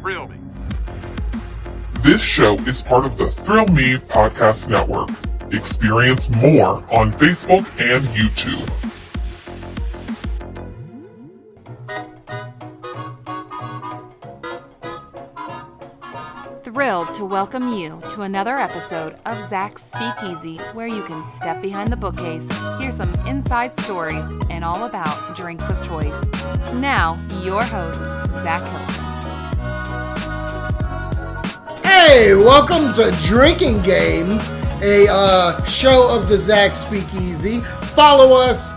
thrill me. This show is part of the Thrill Me Podcast Network. Experience more on Facebook and YouTube. Thrilled to welcome you to another episode of Zach's Speakeasy, where you can step behind the bookcase, hear some inside stories, and all about drinks of choice. Now, your host, Zach Hilton. Hey, welcome to Drinking Games, a uh, show of the Zach Speakeasy. Follow us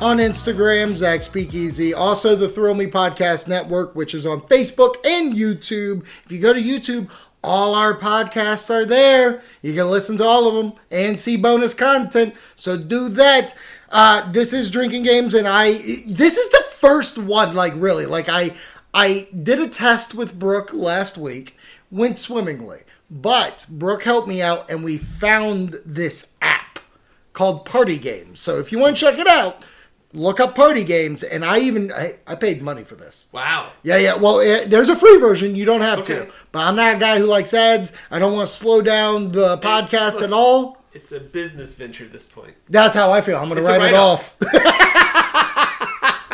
on Instagram, Zach Speakeasy. Also, the Thrill Me Podcast Network, which is on Facebook and YouTube. If you go to YouTube, all our podcasts are there. You can listen to all of them and see bonus content. So do that. Uh, this is Drinking Games, and I this is the first one. Like really, like I I did a test with Brooke last week. Went swimmingly, but Brooke helped me out, and we found this app called Party Games. So if you want to check it out, look up Party Games. And I even I, I paid money for this. Wow. Yeah, yeah. Well, it, there's a free version. You don't have Okay. to. But I'm not a guy who likes ads. I don't want to slow down the podcast look. at all. It's a business venture at this point. That's how I feel. I'm going to It's a write it write-off. off.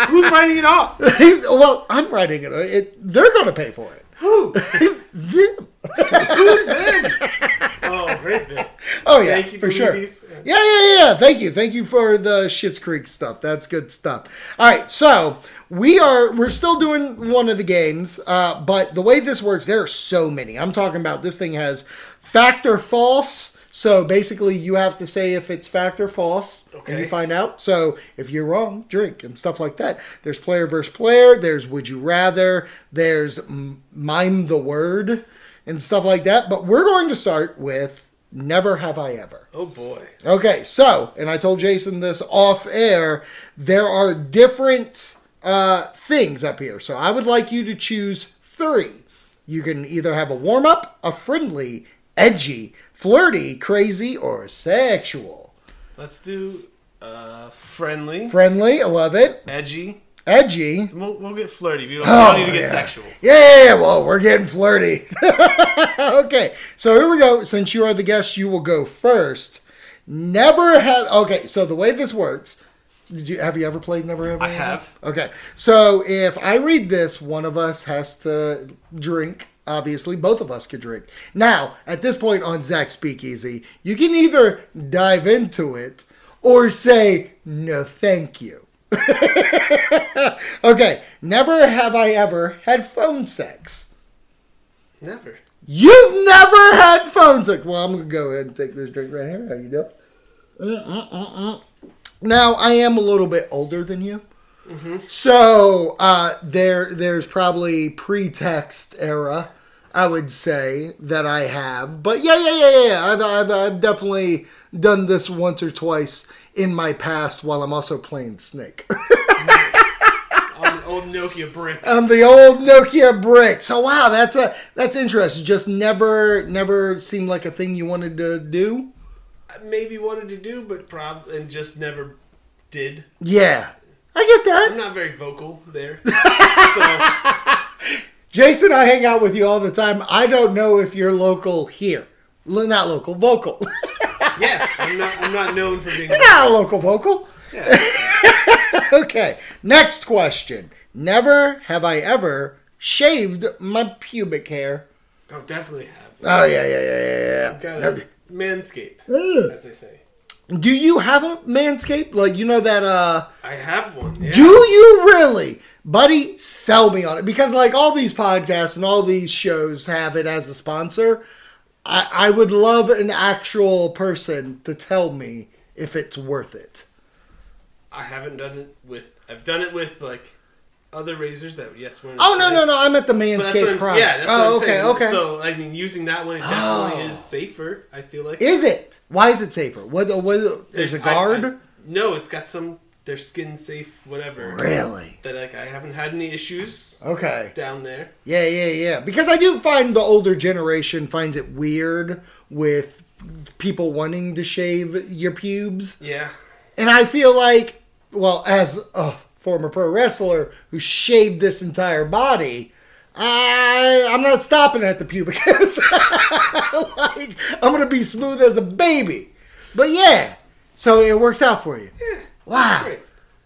Who's writing it off? well, I'm writing it. it they're going to pay for it. Who? Them. Who's them? Oh, great bit. Oh yeah, Thank you for for sure. movies. Yeah, yeah, yeah. Thank you, thank you for the Shit's Creek stuff. That's good stuff. All right, so we are we're still doing one of the games, uh, but the way this works, there are so many. I'm talking about this thing has fact or false. So basically, you have to say if it's fact or false, and you Okay. find out. So if you're wrong, drink and stuff like that. There's player versus player. There's would you rather. There's m- mime the word and stuff like that. But we're going to start with never have I ever. Oh boy. Okay, so, and I told Jason this off air, there are different uh, things up here. So I would like you to choose three. You can either have a warm up, a friendly, edgy, flirty, crazy, or sexual. Let's do uh, friendly, Friendly, I love it. edgy. Edgy. We'll, we'll get flirty. We don't, we don't Oh, need to get yeah. sexual. Yeah, well, we're getting flirty. okay, so here we go. Since you are the guest, you will go first. Never have. Okay, so the way this works, did you have you ever played Never Have? I Ever? have. Okay, so if I read this, one of us has to drink. Obviously, both of us could drink. Now, at this point on Zach's Speakeasy, you can either dive into it or say no, thank you. Okay, never have I ever had phone sex. Never. You've never had phone sex. Well, I'm gonna go ahead and take this drink right here. How you doing? Mm-mm-mm-mm. Now I am a little bit older than you, so uh, there there's probably pretext era. I would say that I have, but yeah, yeah, yeah, yeah, yeah. I've, I've, I've definitely done this once or twice in my past while I'm also playing Snake. On an old Nokia brick. on Um, the old Nokia brick. So wow, that's a that's interesting. Just never never seemed like a thing you wanted to do. I maybe wanted to do, but probably and just never did. Yeah. I get I'm that. not very vocal there. so Jason, I hang out with you all the time. I don't know if you're local here. L- Not local, vocal. yeah, I'm not. I'm not known for being. Not local vocal. okay. Next question. Never have I ever shaved my pubic hair. Oh, definitely have. Oh yeah, yeah, yeah, yeah, yeah. Gotta manscape, Mm. as they say. Do you have a manscape? Like you know that uh I have one. Yeah. Do you really? Buddy, sell me on it. Because like all these podcasts and all these shows have it as a sponsor. I, I would love an actual person to tell me if it's worth it. I haven't done it with. I've done it with like other razors that yes were. Oh no no no! I'm at the But that's what Manscaped I'm- Prime. Yeah, that's oh what I'm okay saying. okay. So I mean, using that one, it definitely Oh. is safer. I feel like is it? Why is it safer? What? What? There's a I- guard. I- no, it's got some. They're skin safe, whatever. really? That like I haven't had any issues Okay. down there. Yeah, yeah, yeah. Because I do find the older generation finds it weird with people wanting to shave your pubes. Yeah. And I feel like, well, as a former pro wrestler who shaved this entire body, I I'm not stopping at the pubicus. like I'm gonna be smooth as a baby. But yeah, so it works out for you. wow. Great.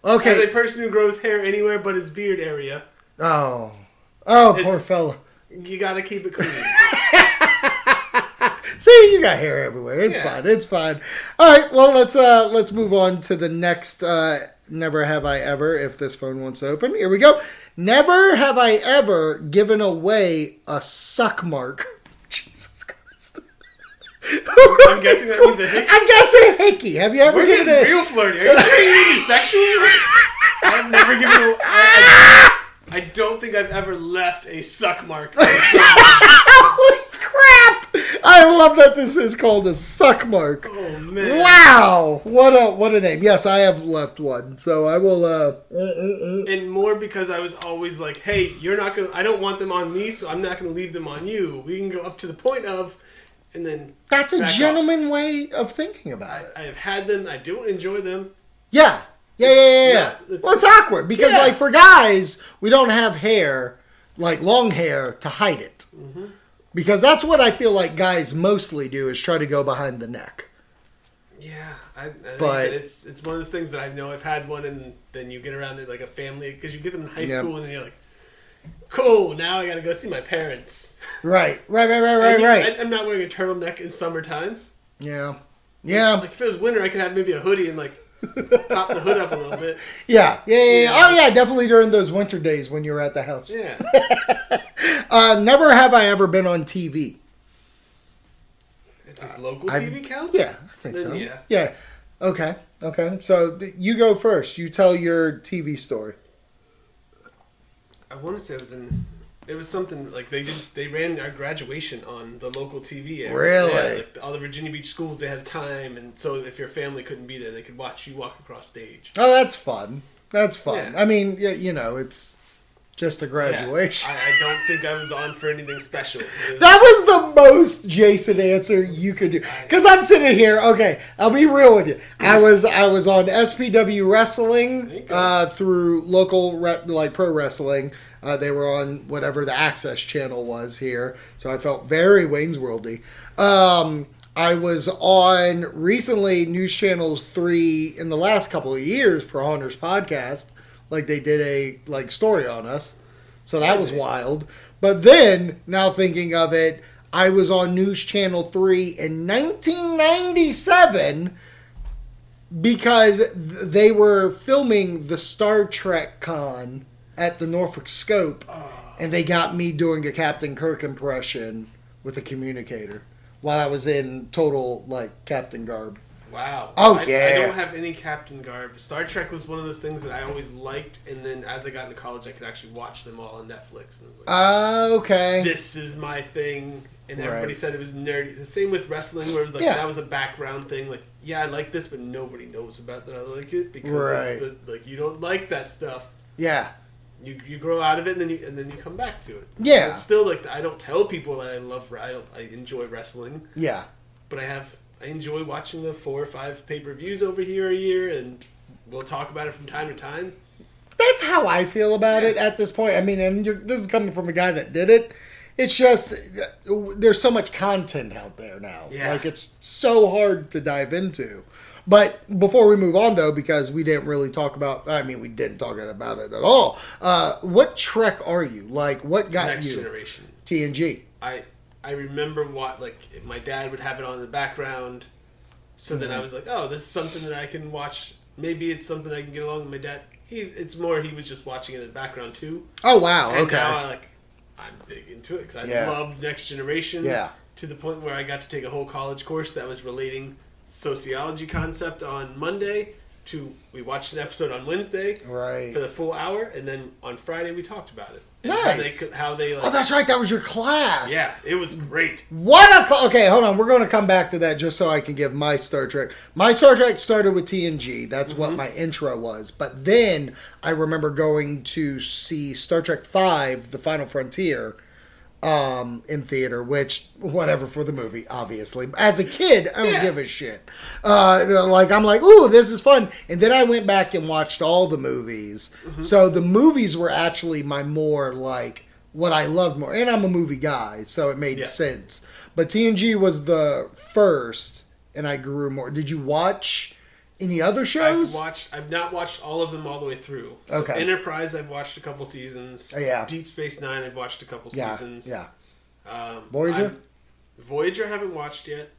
As Ah. a Okay. person who grows hair anywhere but his beard area, oh. Oh, poor It's- fella. you gotta keep it clean. See, you got hair everywhere. It's Yeah. fine. It's fine. All right. Well, let's uh let's move on to the next uh never have I ever if this phone wants to open. Here we go. Never have I ever given away a suck mark. Jesus Christ. I'm guessing that means a hickey. I'm guessing hickey. Have you ever We're given getting a real flirty. Are you saying sexual? I've never given. A, I, I, I don't think I've ever left a suck mark. Oh, on someone. Holy crap! I love that this is called a suck mark. oh man! Wow! What a what a name. Yes, I have left one, so I will. uh uh, uh, uh. And more because I was always like, "Hey, you're not gonna. I don't want them on me, so I'm not gonna leave them on you. We can go up to the point of, and then That's a back off. gentleman way of thinking about I, it. I have had them. I don't enjoy them. Yeah. Yeah, yeah, yeah, yeah. Yeah, it's- well, it's awkward because, Yeah. like, for guys, we don't have hair, like long hair, to hide it. Mm-hmm. Because that's what I feel like guys mostly do is try to go behind the neck. Yeah, I, I think But- so. it's it's one of those things that I know I've had one, and then you get around it like a family because you get them in high Yeah. school, and then you're like, "Cool, now I gotta go see my parents." Right, right, right, right, And right, you- right. I, am not wearing a turtleneck in summertime. yeah. Yeah. Like if it was winter, I could have maybe a hoodie and like pop the hood up a little bit. Yeah, yeah, yeah, yeah. Oh, yeah, definitely during those winter days when you're at the house. Yeah, Uh, never have I ever been on TV. it's this local I've- TV count. Yeah, I think Then so. yeah. yeah. Okay, okay. So th- you go first. You tell your TV story. I want to say it was in. It was something like they did. They ran our graduation on the local TV. area. Really? Yeah, like all the Virginia Beach schools, they had a time, and so if your family couldn't be there, they could watch you walk across stage. Oh, that's fun. That's fun. Yeah. I mean, y- you know, it's just a graduation. Yeah, I, I don't think I was on for anything special. It was- That was the most Jason answer you could do. Cause I'm sitting here, okay, I'll be real with you. I was I was on SPW There you wrestling go. uh, through local re- like pro wrestling. Uh, they were on whatever the access channel was here, so I felt very Wayne's Worldy. Um, I was on recently News Channel three in the last couple of years for Hunter's podcast. Like they did a like story on us. So that was wild. But then, now thinking of it, I was on News Channel 3 in 1997 because th- they were filming the Star Trek con at the Norfolk Scope and they got me doing a Captain Kirk impression with a communicator while I was in total like Captain garb. wow. Oh, I, I yeah. don't have any Captain Garb. Star Trek was one of those things that I always liked, and then as I got into college, I could actually watch them all on Netflix. And I was like, Uh, okay. this is my thing. And everybody Right. said it was nerdy. The same with wrestling, where it was like Yeah. that was a background thing. Like, yeah, I like this, but nobody knows about that. I like it because Right. it's the, like you don't like that stuff. yeah. You, you grow out of it, and then you and then you come back to it. Yeah. it's still like I don't tell people that I love I, don't, I enjoy wrestling. Yeah. but I have I enjoy watching the four or five pay per views over here a year, and we'll talk about it from time to time. that's how I feel about it at this point. I mean, and you're, this is coming from a guy that did it. It's just uh, there's so much content out there now. Yeah. Like it's so hard to dive into. But before we move on though, because we didn't really talk about, I mean, we didn't talk about it at all. Uh, what Trek are you? Like, what got Next you? generation. TNG. I I remember what like my dad would have it on in the background, so then Mm-hmm. I was like, oh, this is something that I can watch. Maybe it's something I can get along with my dad. He's it's more he was just watching it in the background too. Oh wow. And okay. now I like I'm big into it because I Yeah. loved Next Generation. Yeah. To the point where I got to take a whole college course that was relating sociology concept on Monday to we watched an episode on Wednesday Right. for the full hour, and then on Friday we talked about it. And How they, Nice. could- how they like. oh, that's right. That was your class. yeah, it was great. What a cl- okay. Hold on, we're going to come back to that just so I can give my Star Trek. My Star Trek started with TNG. That's what my intro was. But then I remember going to see Star Trek Five: The Final Frontier um, in theater, which whatever for the movie, obviously. As a kid, I don't Yeah. give a shit. Uh, like I'm like, ooh, this is fun. And then I went Mm-hmm. back and watched all the movies. So the movies were actually my more like what I loved more. And I'm a movie guy, so it made Yeah. sense. But TNG was the first, and I grew more. Did you watch any other I've shows? watched. I've not watched all of them all the way through. So Okay. Enterprise, I've watched a couple seasons. Oh, yeah. Deep Space Nine, I've watched a couple yeah, seasons. yeah. Um, Voyager? I'm- Voyager, I haven't watched yet.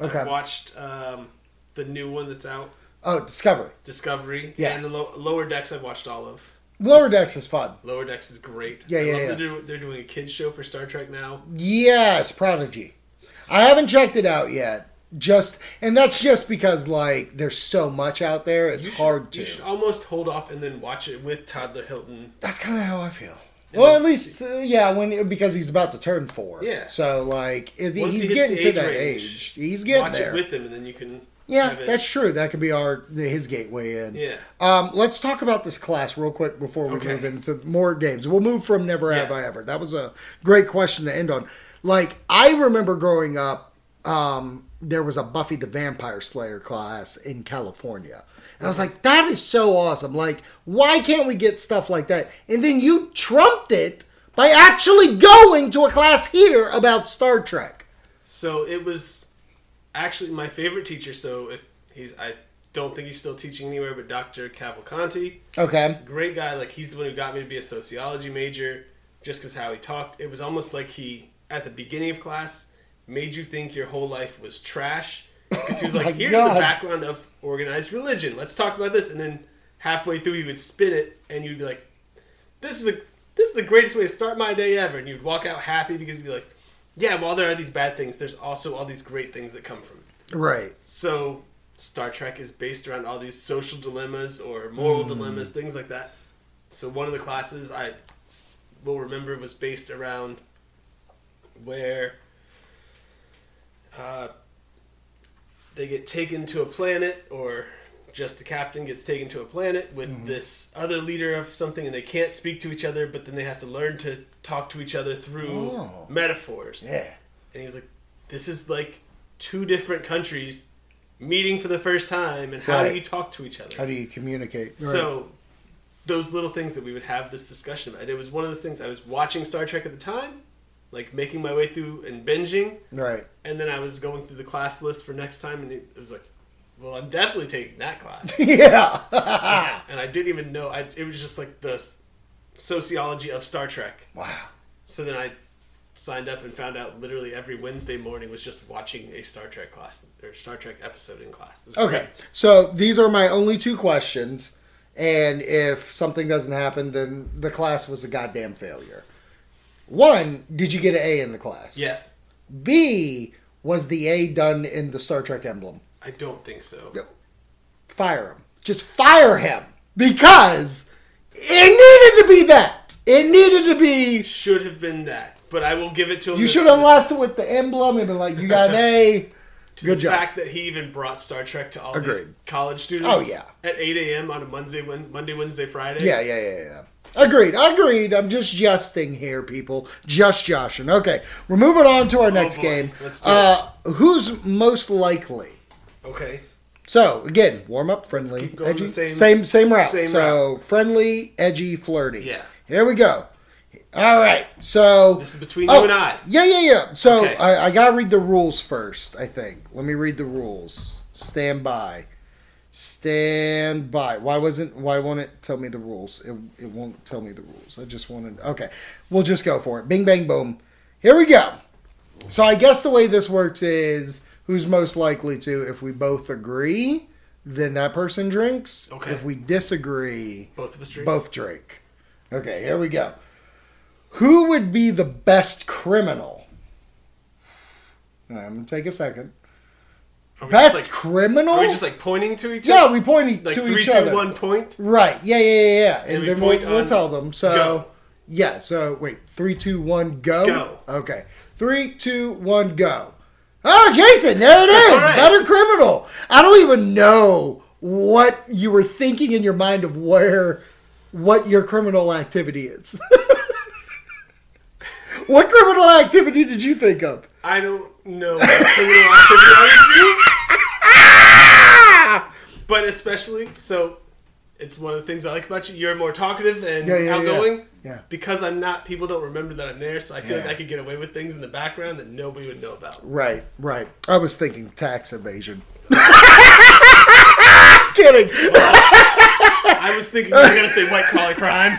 Okay. I've watched um, the new one that's out, Oh, Discovery. Discovery. Yeah. And the Lo- Lower Decks, I've watched all of. Lower Decks is fun. Lower Decks is great. Yeah, I yeah, love yeah. That they're, they're doing a kids show for Star Trek now. Yes, Prodigy. I haven't checked it out yet. Just and that's just because like there's so much out there, it's You should- hard to. You should almost hold off and then watch it with Toddler Hilton. That's kind of how I feel. Well, at it's- least uh, yeah, when because he's about to turn four. Yeah. So like, if Once he he's hits getting the to age that range, age, he's getting watch there. it with them, and then you can. yeah, have it- that's true. That could be our his gateway in. Yeah. Um, let's talk about this class real quick before we Okay. move into more games. We'll move from Never Have Yeah. I Ever. That was a great question to end on. Like, I remember growing up, um, there was a Buffy the Vampire Slayer class in California. And I was like, that is so awesome. Like, why can't we get stuff like that? And then you trumped it by actually going to a class here about Star Trek. So it was actually my favorite teacher. So if he's, I don't think he's still teaching anywhere, but Dr. Cavalcanti, Okay. great guy. Like he's the one who got me to be a sociology major, just because how he talked. It was almost like he at the beginning of class made you think your whole life was trash because he was Oh my like, "Here's God. the background of organized religion. Let's talk about this." And then halfway through, he would spin it, and you'd be like, "This is a this is the greatest way to start my day ever." And you'd walk out happy because you'd be like, "Yeah, while there are these bad things, there's also all these great things that come from." it." Right. So Star Trek is based around all these social dilemmas or Hmm. moral dilemmas, things like that. So one of the classes I will remember was based around where uh, they get taken to a planet or just the captain gets taken to a planet with Mm-hmm. this other leader of something and they can't speak to each other but then they have to learn to talk to each other through Oh. metaphors Yeah. and he was like, "This is like two different countries meeting for the first time, and how Right. do you talk to each other?" How do you communicate? So those little things that we would have this discussion about, and it was one of those things. I was watching Star Trek at the time, like making my way through and binging, right. and then I was going through the class list for next time, and it, it was like, "Well, I'm definitely taking that class," Yeah. and I didn't even know. I, it was just like the s- sociology of Star Trek. wow. So then I signed up and found out literally every Wednesday morning was just watching a Star Trek class or Star Trek episode in class. It was Okay. great. So these are my only two questions. And if something doesn't happen, then the class was a goddamn failure. One, did you get an A in the class? Yes, B, was the A done in the Star Trek emblem? I don't think so. Fire him. Just fire him. Because it needed to be that. It needed to be. Should have been that, but I will give it to him. You that- should have left with the emblem and been like, you got an A. to Good the job. fact that he even brought Star Trek to all these Agreed. college students. Oh, yeah. at eight a.m. on a Monday, Wed- Monday, Wednesday, Friday. Yeah, yeah, yeah, yeah. Agreed, agreed. I'm just justing here, people. Just joshing. Okay, we're moving on to our next Oh, boy. game. Let's do uh, Who's most likely? Okay. So again, warm up, friendly, keep going edgy, the same- same, same route. same so friendly, edgy, flirty. Yeah. Here we go. All right. So Oh, This is between you and I. Yeah, yeah, yeah. So Okay. I, I gotta read the rules first. I think. Let me read the rules. Stand by. Stand by. Why wasn't? Why won't it tell me the rules? It, it won't tell me the rules. I just wanted. Okay, we'll just go for it. Bing, bang, boom. Here we go. So I guess the way this works is who's most likely to. If we both agree, then that person drinks. Okay. If we disagree, Both of us drink. both drink. Okay, here we go. Who would be the best criminal? All right, I'm gonna take a second. Are we Best Just like, criminal? are we just like pointing to each yeah, other? we pointed Like to three, each two, other. one point. Right. Yeah, yeah, yeah, yeah. And, And we then we'll, point we'll on- tell them. So Go. yeah. So wait, three, two, one, go. Go. Okay. Three, two, one, go. Oh, Jason, there it is. All right. Better criminal. I don't even know what you were thinking in your mind of where what your criminal activity is. what criminal activity did you think of? I don't know what criminal activity I would do. But especially, so it's one of the things I like about you. You're more talkative and Yeah, yeah, yeah. outgoing. Yeah. Because I'm not, people don't remember that I'm there, so I feel Yeah. like I could get away with things in the background that nobody would know about. Right, right. I was thinking tax evasion. Kidding. I was thinking you were gonna say white collar crime.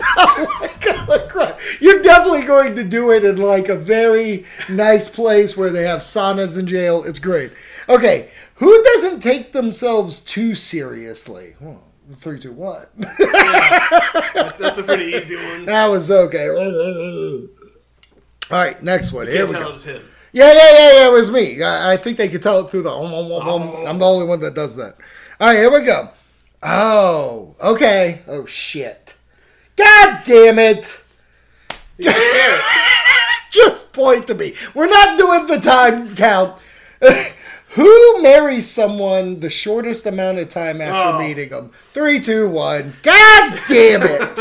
Color crime. You're definitely going to do it in like a very nice place where they have saunas in jail. It's great. Okay, who doesn't take themselves too seriously? Hmm, Three, two, one. That's, that's a pretty easy one. That was okay. All right, next one. Here Can't we tell go. it was him. Yeah, yeah, yeah, yeah. It was me. I, I think they could tell it through the. om, om, om, om. I'm the only one that does that. All right, here we go. Oh, okay. Oh shit. God damn it! You don't care. Just point to me. We're not doing the time count. Who marries someone the shortest amount of time after Oh. meeting them? Three, two, one. God damn it!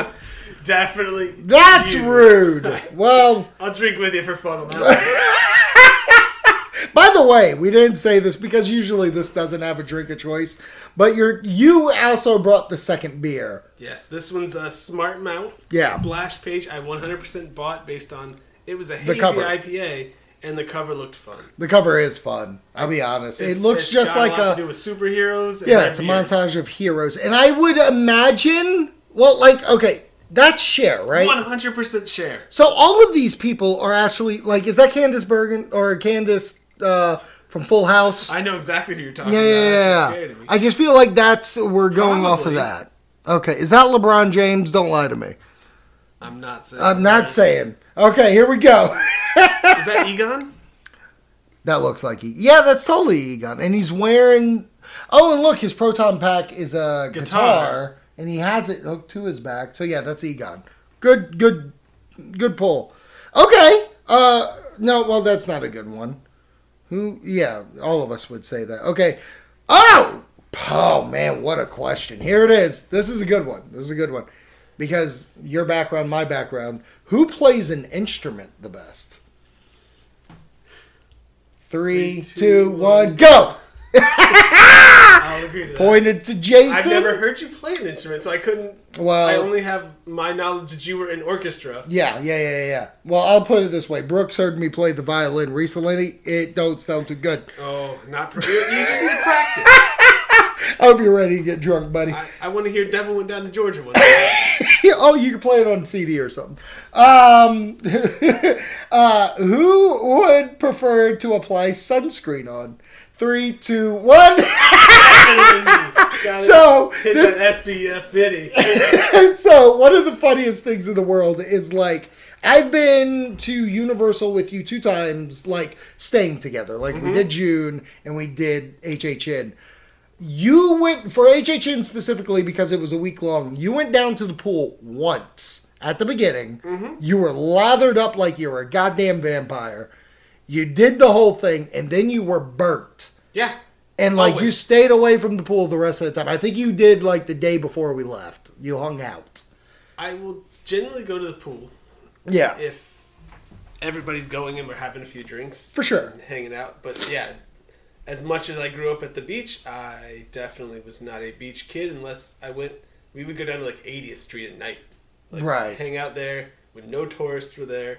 Definitely. That's you. rude. Well. I'll drink with you for fun on that one. By the way, we didn't say this because usually this doesn't have a drink of choice, but you're, you also brought the second beer. Yes, this one's a Smart Mouth Yeah. splash page. I 100% bought based on it was a hazy cover. IPA, and the cover looked fun. The cover is fun. I'll be honest. It's- it looks it's just got like a, lot to a do with superheroes. And yeah, their it's a beers. montage of heroes, and I would imagine well, like okay, that's share right. 100% share. So all of these people are actually like, is that Candace Bergen or Candace uh, from Full House? I know exactly who you're talking yeah, about. That's what yeah, yeah. scared me. I just feel like that's we're going off of Probably. that. Okay, is that LeBron James? Don't lie to me. I'm not saying. I'm not that. saying. Okay, here we go. Is that Egon? that looks like he. Yeah, that's totally Egon, and he's wearing. Oh, and look, his proton pack is a guitar, Guitar. and he has it hooked to his back. So yeah, that's Egon. Good, good, good pull. Okay. Uh, no, well, that's not a good one. Who? Yeah, all of us would say that. Okay. Oh, oh man, what a question. Here it is. This is a good one. This is a good one because your background, my background. Who plays an instrument the best? Three, Three, two, two, one, one. go. I'll agree to that. Pointed to Jason. I've never heard you play an instrument, so I couldn't. Well- I only have my knowledge that you were in orchestra. Yeah, yeah, yeah, yeah, yeah. Well, I'll put it this way: Brooks heard me play the violin recently. It don't sound too good. Oh, not pr- you, you just need to practice. I hope you're ready to get drunk, buddy. I, I want to hear "Devil Went Down to Georgia" one day. oh, you can play it on CD or something. Um, uh, who would prefer to apply sunscreen on? Three, two, one. Gotta So, hit that SBF fitty. And so one of the funniest things in the world is like I've been to Universal with you two times, like staying together. Like we did June and we did HHN. You went for HHN specifically because it was a week long. You went down to the pool once at the beginning. You were lathered up like you were a goddamn vampire. You did the whole thing and then you were burnt. Yeah. And like you Always. stayed away from the pool the rest of the time. I think you did like the day before we left. You hung out. I will generally go to the pool Yeah. if everybody's going and we're having a few drinks. For sure. and hanging out. But yeah, as much as I grew up at the beach, I definitely was not a beach kid unless I went. We would go down to like 80th Street at night. Like, Right. Hang out there when no tourists were there.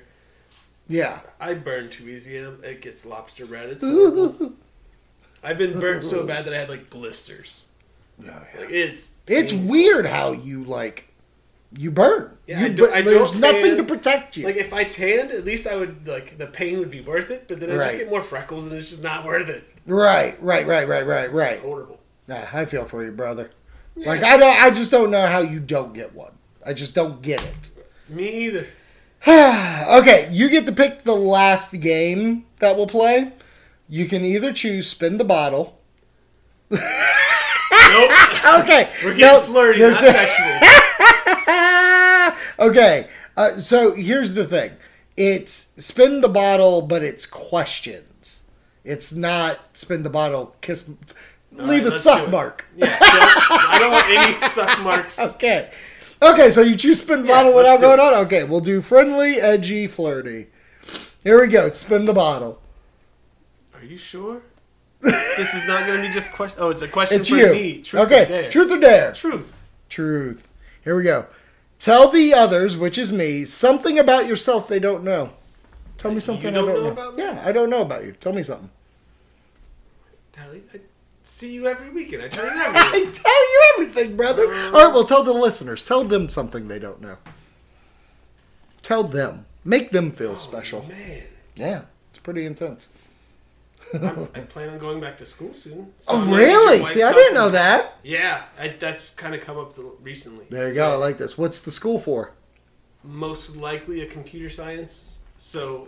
Yeah. I burn too easy. um, It gets lobster red. It's horrible. I've been burnt so bad that I had like blisters. Like it's It's painful. weird how you like you burn. Yeah, you I don't- bur- I there's don't nothing tan. to protect you. Like if I tanned, at least I would like the pain would be worth it. But then I Right. just get more freckles, and it's just not worth it. right, right, right, right, right, right. Horrible. Nah, I feel for you, brother. Like I don't I just don't know how you don't get one. I just don't get it. Me either. Okay, you get to pick the last game that we'll play. You can either choose spin the bottle. Nope. Okay. We're getting now- flirty, there's not a- sexual. Ah! okay. Uh, so here's the thing. It's spin the bottle, but it's questions. It's not spin the bottle, kiss, leave a let's do suck it. mark. Yeah, don't, I don't want any suck marks. Okay. Okay, so you choose spin the Yeah, bottle let's without do going on? Okay, we'll do friendly, edgy, flirty. Here we go. Spin the bottle. Are you sure? This is not going to be just question. Oh, it's a question It's for you. me. Truth okay, or dare. truth or dare? Truth. Truth. Here we go. Tell the others, which is me, something about yourself they don't know. Tell me You something don't I don't know know. about me? yeah, I don't know about you. Tell me something. Tally, I see you every weekend. I tell you everything. I tell you everything, brother. Uh. All right, well, tell the listeners. Tell them something they don't know. Tell them. Make them feel special. Oh, Man, Yeah, it's pretty intense. I'm, I plan on going back to school soon. So Oh, I'm gonna get really? my See, I stuff didn't and- know that. Yeah, I, that's kind of come up l- recently. There you So, go. I like this. What's the school for? Most likely a computer science. So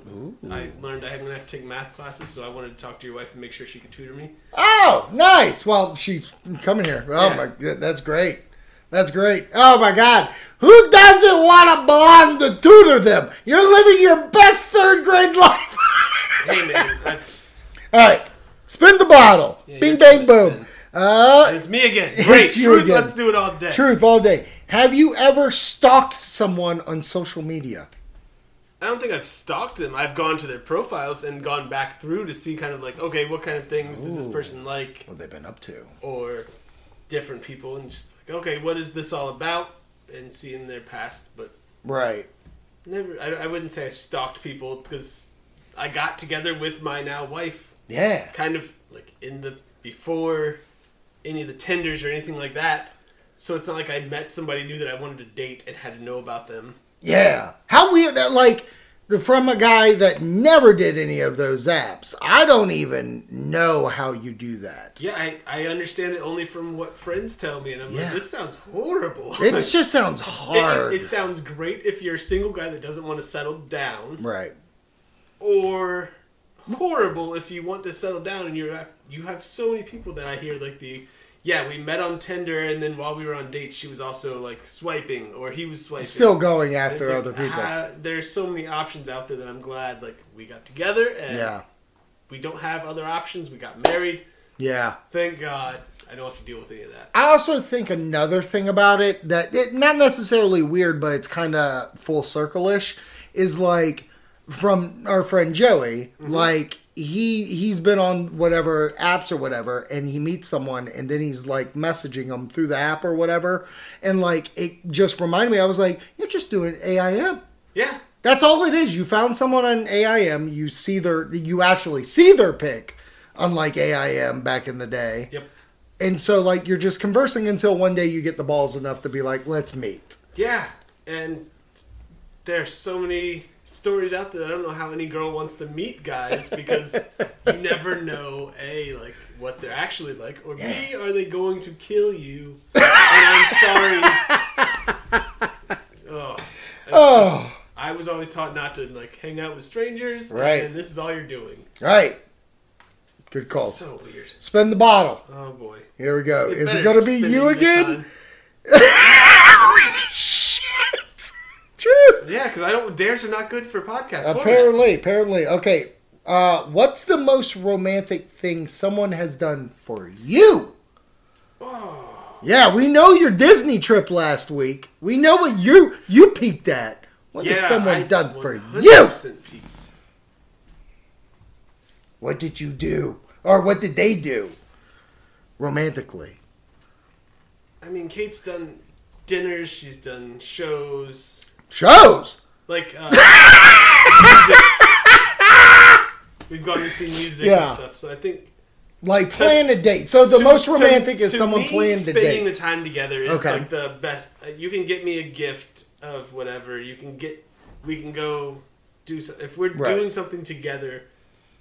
I learned I'm gonna have to take math classes. So I wanted to talk to your wife and make sure she could tutor me. Oh, nice. Well, she's coming here. Oh Yeah. my, yeah, that's great. That's great. Oh my God, who doesn't want a blonde to tutor them? You're living your best third grade life. Hey man, I've, All right, spin the bottle. Yeah, Bing, you're bang, trying to boom. Uh, and it's me again. Great It's you truth. again. Let's do it all day. truth all day. Have you ever stalked someone on social media? I don't think I've stalked them. I've gone to their profiles and gone back through to see kind of like, okay, what kind of things does this Ooh. person like, What they've been up to? or different people, and just like, okay, what is this all about, and seeing their past. But Right. never, I, I wouldn't say I stalked people because I got together with my now wife, Yeah. kind of like in the before any of the tenders or anything like that. So it's not like I met somebody new that I wanted to date and had to know about them. Yeah. How weird that like from a guy that never did any of those apps. I don't even know how you do that. Yeah, I, I understand it only from what friends tell me, and I'm Yeah. like, this sounds horrible. It just sounds It- it- hard. It, sounds great if you're a single guy that doesn't want to settle down, right. or horrible if you want to settle down and you have you have so many people that I hear like the yeah we met on Tinder and then while we were on dates she was also like swiping or he was swiping. Still going And it's after like, other people. ah, there's so many options out there that I'm glad like we got together and yeah. we don't have other options. We got married. Yeah. Thank God. I don't have to deal with any of that. I also think another thing about it that it, not necessarily weird, but it's kind of full circle ish, is like from our friend Joey. Like he he's been on whatever apps or whatever, and he meets someone, and then he's like messaging them through the app or whatever, and like it just reminded me. I was like, you're just doing AIM. Yeah. That's all it is. You found someone on AIM. You see their you actually see their pic, unlike AIM back in the day. Yep. And so, like, you're just conversing until one day you get the balls enough to be like, let's meet. Yeah, and there's so many stories out there. I don't know how any girl wants to meet guys because you never know a like what they're actually like, or b are they going to kill you? and I'm sorry. oh, it's Oh. just- I was always taught not to like hang out with strangers, Right. And this is all you're doing. Right. Good call. So weird. Spin the bottle. Oh boy. Here we go. It Is better it going to be spinning you this again? time. Shit. True. Yeah, because I don't. Dares are not good for podcasts. Apparently, apparently. Okay. Uh, what's the most romantic thing someone has done for you? Oh. Yeah, we know your Disney trip last week. We know what you you peeked at. What has someone I done for you? 100% peaked. What did you do? Or what did they do? Romantically. I mean, Kate's done dinners, she's done shows, Shows! like uh, music. We've gone and seen music Yeah. and stuff. So I think Like plan a date. So the to- most to- romantic is to someone me, planned a spending date. the time together is Okay. like the best. Uh, You can get me a gift of whatever. You can get. We can go do so, if we're Right. doing something together.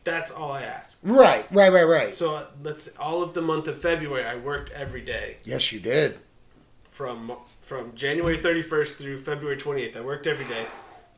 That's all I ask. right, right, right, right. So uh, let's all of the month of February, I worked every day. yes, you did. from from January 31st through February 28th. I worked every day,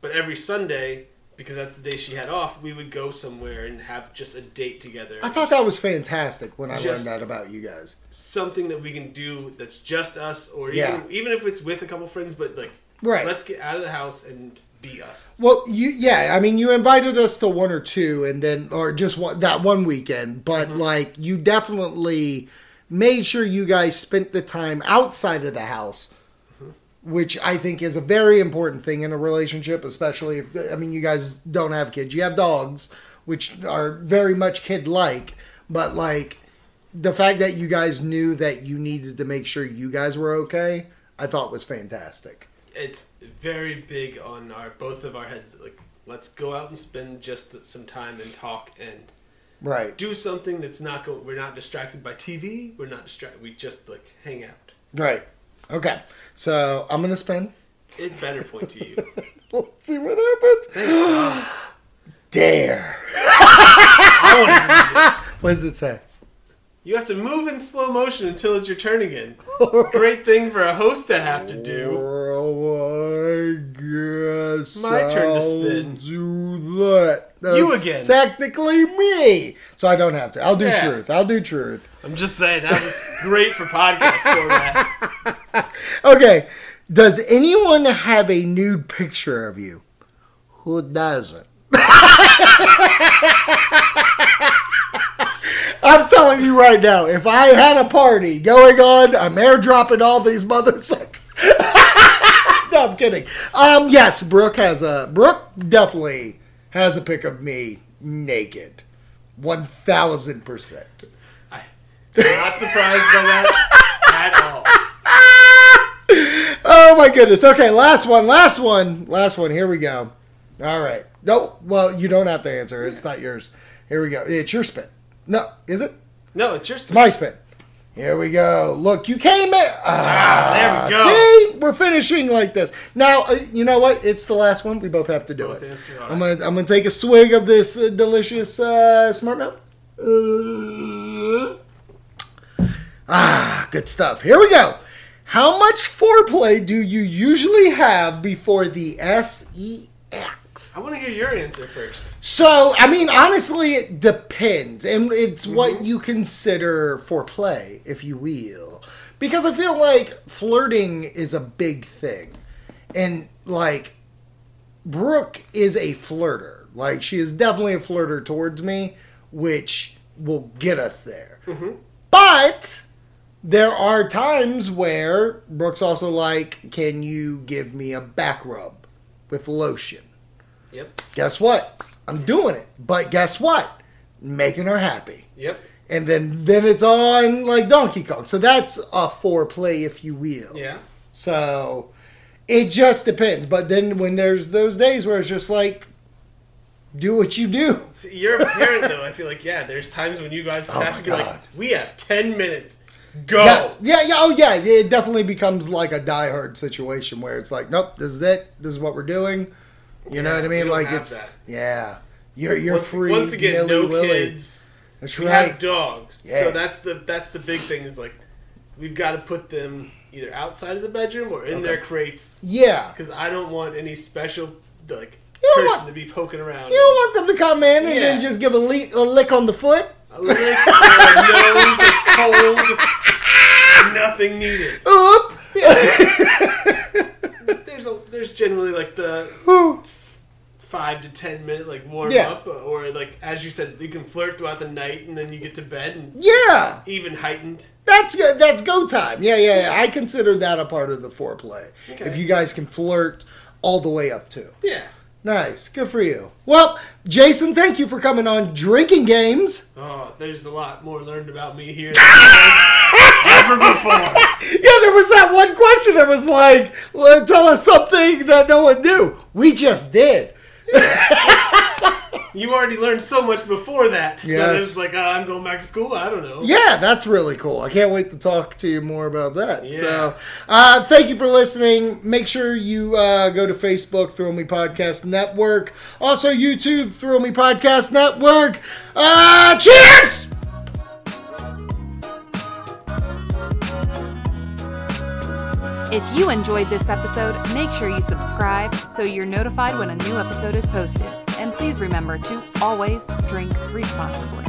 but every Sunday because that's the day she had off, we would go somewhere and have just a date together. I thought that was fantastic when I learned Just- that about you guys. something that we can do that's just us, or Yeah. even even if it's with a couple friends, but like Right. let's get out of the house and be us. Well, you yeah, I mean you invited us to one or two and then or just one that one weekend, but like you definitely made sure you guys spent the time outside of the house. Which I think is a very important thing in a relationship, especially if I mean you guys don't have kids. You have dogs, which are very much kid like, but like the fact that you guys knew that you needed to make sure you guys were okay, I thought was fantastic. it's very big on our both of our heads. Like, let's go out and spend just some time and talk and Right. do something that's not go. We're not distracted by TV. We're not distracted. We just like hang out. Right. Okay. So I'm gonna spin. It's better point to you. Let's see what happens. Dare. I wanna do this. What does it say? you have to move in slow motion until it's your turn again. Great thing for a host to have to do. Well, I guess My turn I'll to spin. Do that. That's You again. Technically me. So I don't have to. I'll do Yeah. truth. I'll do truth. I'm just saying that was great for podcast format. Okay. Does anyone have a nude picture of you? Who doesn't? I'm telling you right now, if I had a party going on, I'm airdropping all these mothers. no, I'm kidding. Um, yes, Brooke has a Brooke definitely has a pic of me naked, one thousand percent. I'm not surprised by that at all. Oh my goodness. Okay, last one, last one, last one. Here we go. All right. No, well, you don't have to answer. It's not yours. Here we go. It's your spin. No, is it? No, it's just It's my spin. Here we go. Look, you came in. Ah, there we go. See, we're finishing like this. Now, uh, you know what? It's the last one. We both have to do Both it. answer, all I'm gonna, I'm gonna take a swig of this uh, delicious uh, smart mouth. Uh, ah, good stuff. Here we go. How much foreplay do you usually have before the E sex? I want to hear your answer first. So, I mean, honestly, it depends. And it's what you consider foreplay, if you will. Because I feel like flirting is a big thing. And, like, Brooke is a flirter. Like, she is definitely a flirter towards me, which will get us there. But there are times where Brooke's also like, can you give me a back rub with lotion? Yep. guess what? I'm doing it. But guess what? Making her happy. Yep. And then then it's on like Donkey Kong. So that's a foreplay, if you will. Yeah. So it just depends. But then when there's those days where it's just like, do what you do. See, you're a parent though. I feel like yeah. There's times when you guys have Oh my to be God. like, we have ten minutes. Go. Yes. Yeah, yeah, oh yeah. It definitely becomes like a diehard situation where it's like, nope, this is it. This is what we're doing. You know what I mean? don't Like have it's that. yeah. You're you're Once, free. once again, no nilly-willy. kids. That's We right. have dogs. Yeah. So that's the that's the big thing is like, we've got to put them either outside of the bedroom or in their crates yeah. because I don't want any special like You don't person want- to be poking around. You don't want them to come in and then Yeah. just give a, le- a lick on the foot. A lick, or a nose, it's cold. Nothing needed. Oop. There's a there's generally like the five to ten minute like warm Yeah. up, or like as you said, you can flirt throughout the night, and then you get to bed and it's yeah, even heightened. that's go- that's go time. Yeah, yeah, yeah. I consider that a part of the foreplay. Okay. If you guys can flirt all the way up to. Yeah. Nice, good for you. Well, Jason, thank you for coming on Drinking Games. Oh, there's a lot more learned about me here than ever before. Yeah, there was that one question that was like, well, "Tell us something that no one knew." We just did. You already learned so much before that. But Yes. it's like uh, I'm going back to school. I don't know. Yeah, that's really cool. I can't wait to talk to you more about that. Yeah. So, uh, thank you for listening. Make sure you uh, go to Facebook, Thrill Me Podcast Network. Also, YouTube, Thrill Me Podcast Network. Uh, cheers! If you enjoyed this episode, make sure you subscribe so you're notified when a new episode is posted. And please remember to always drink responsibly.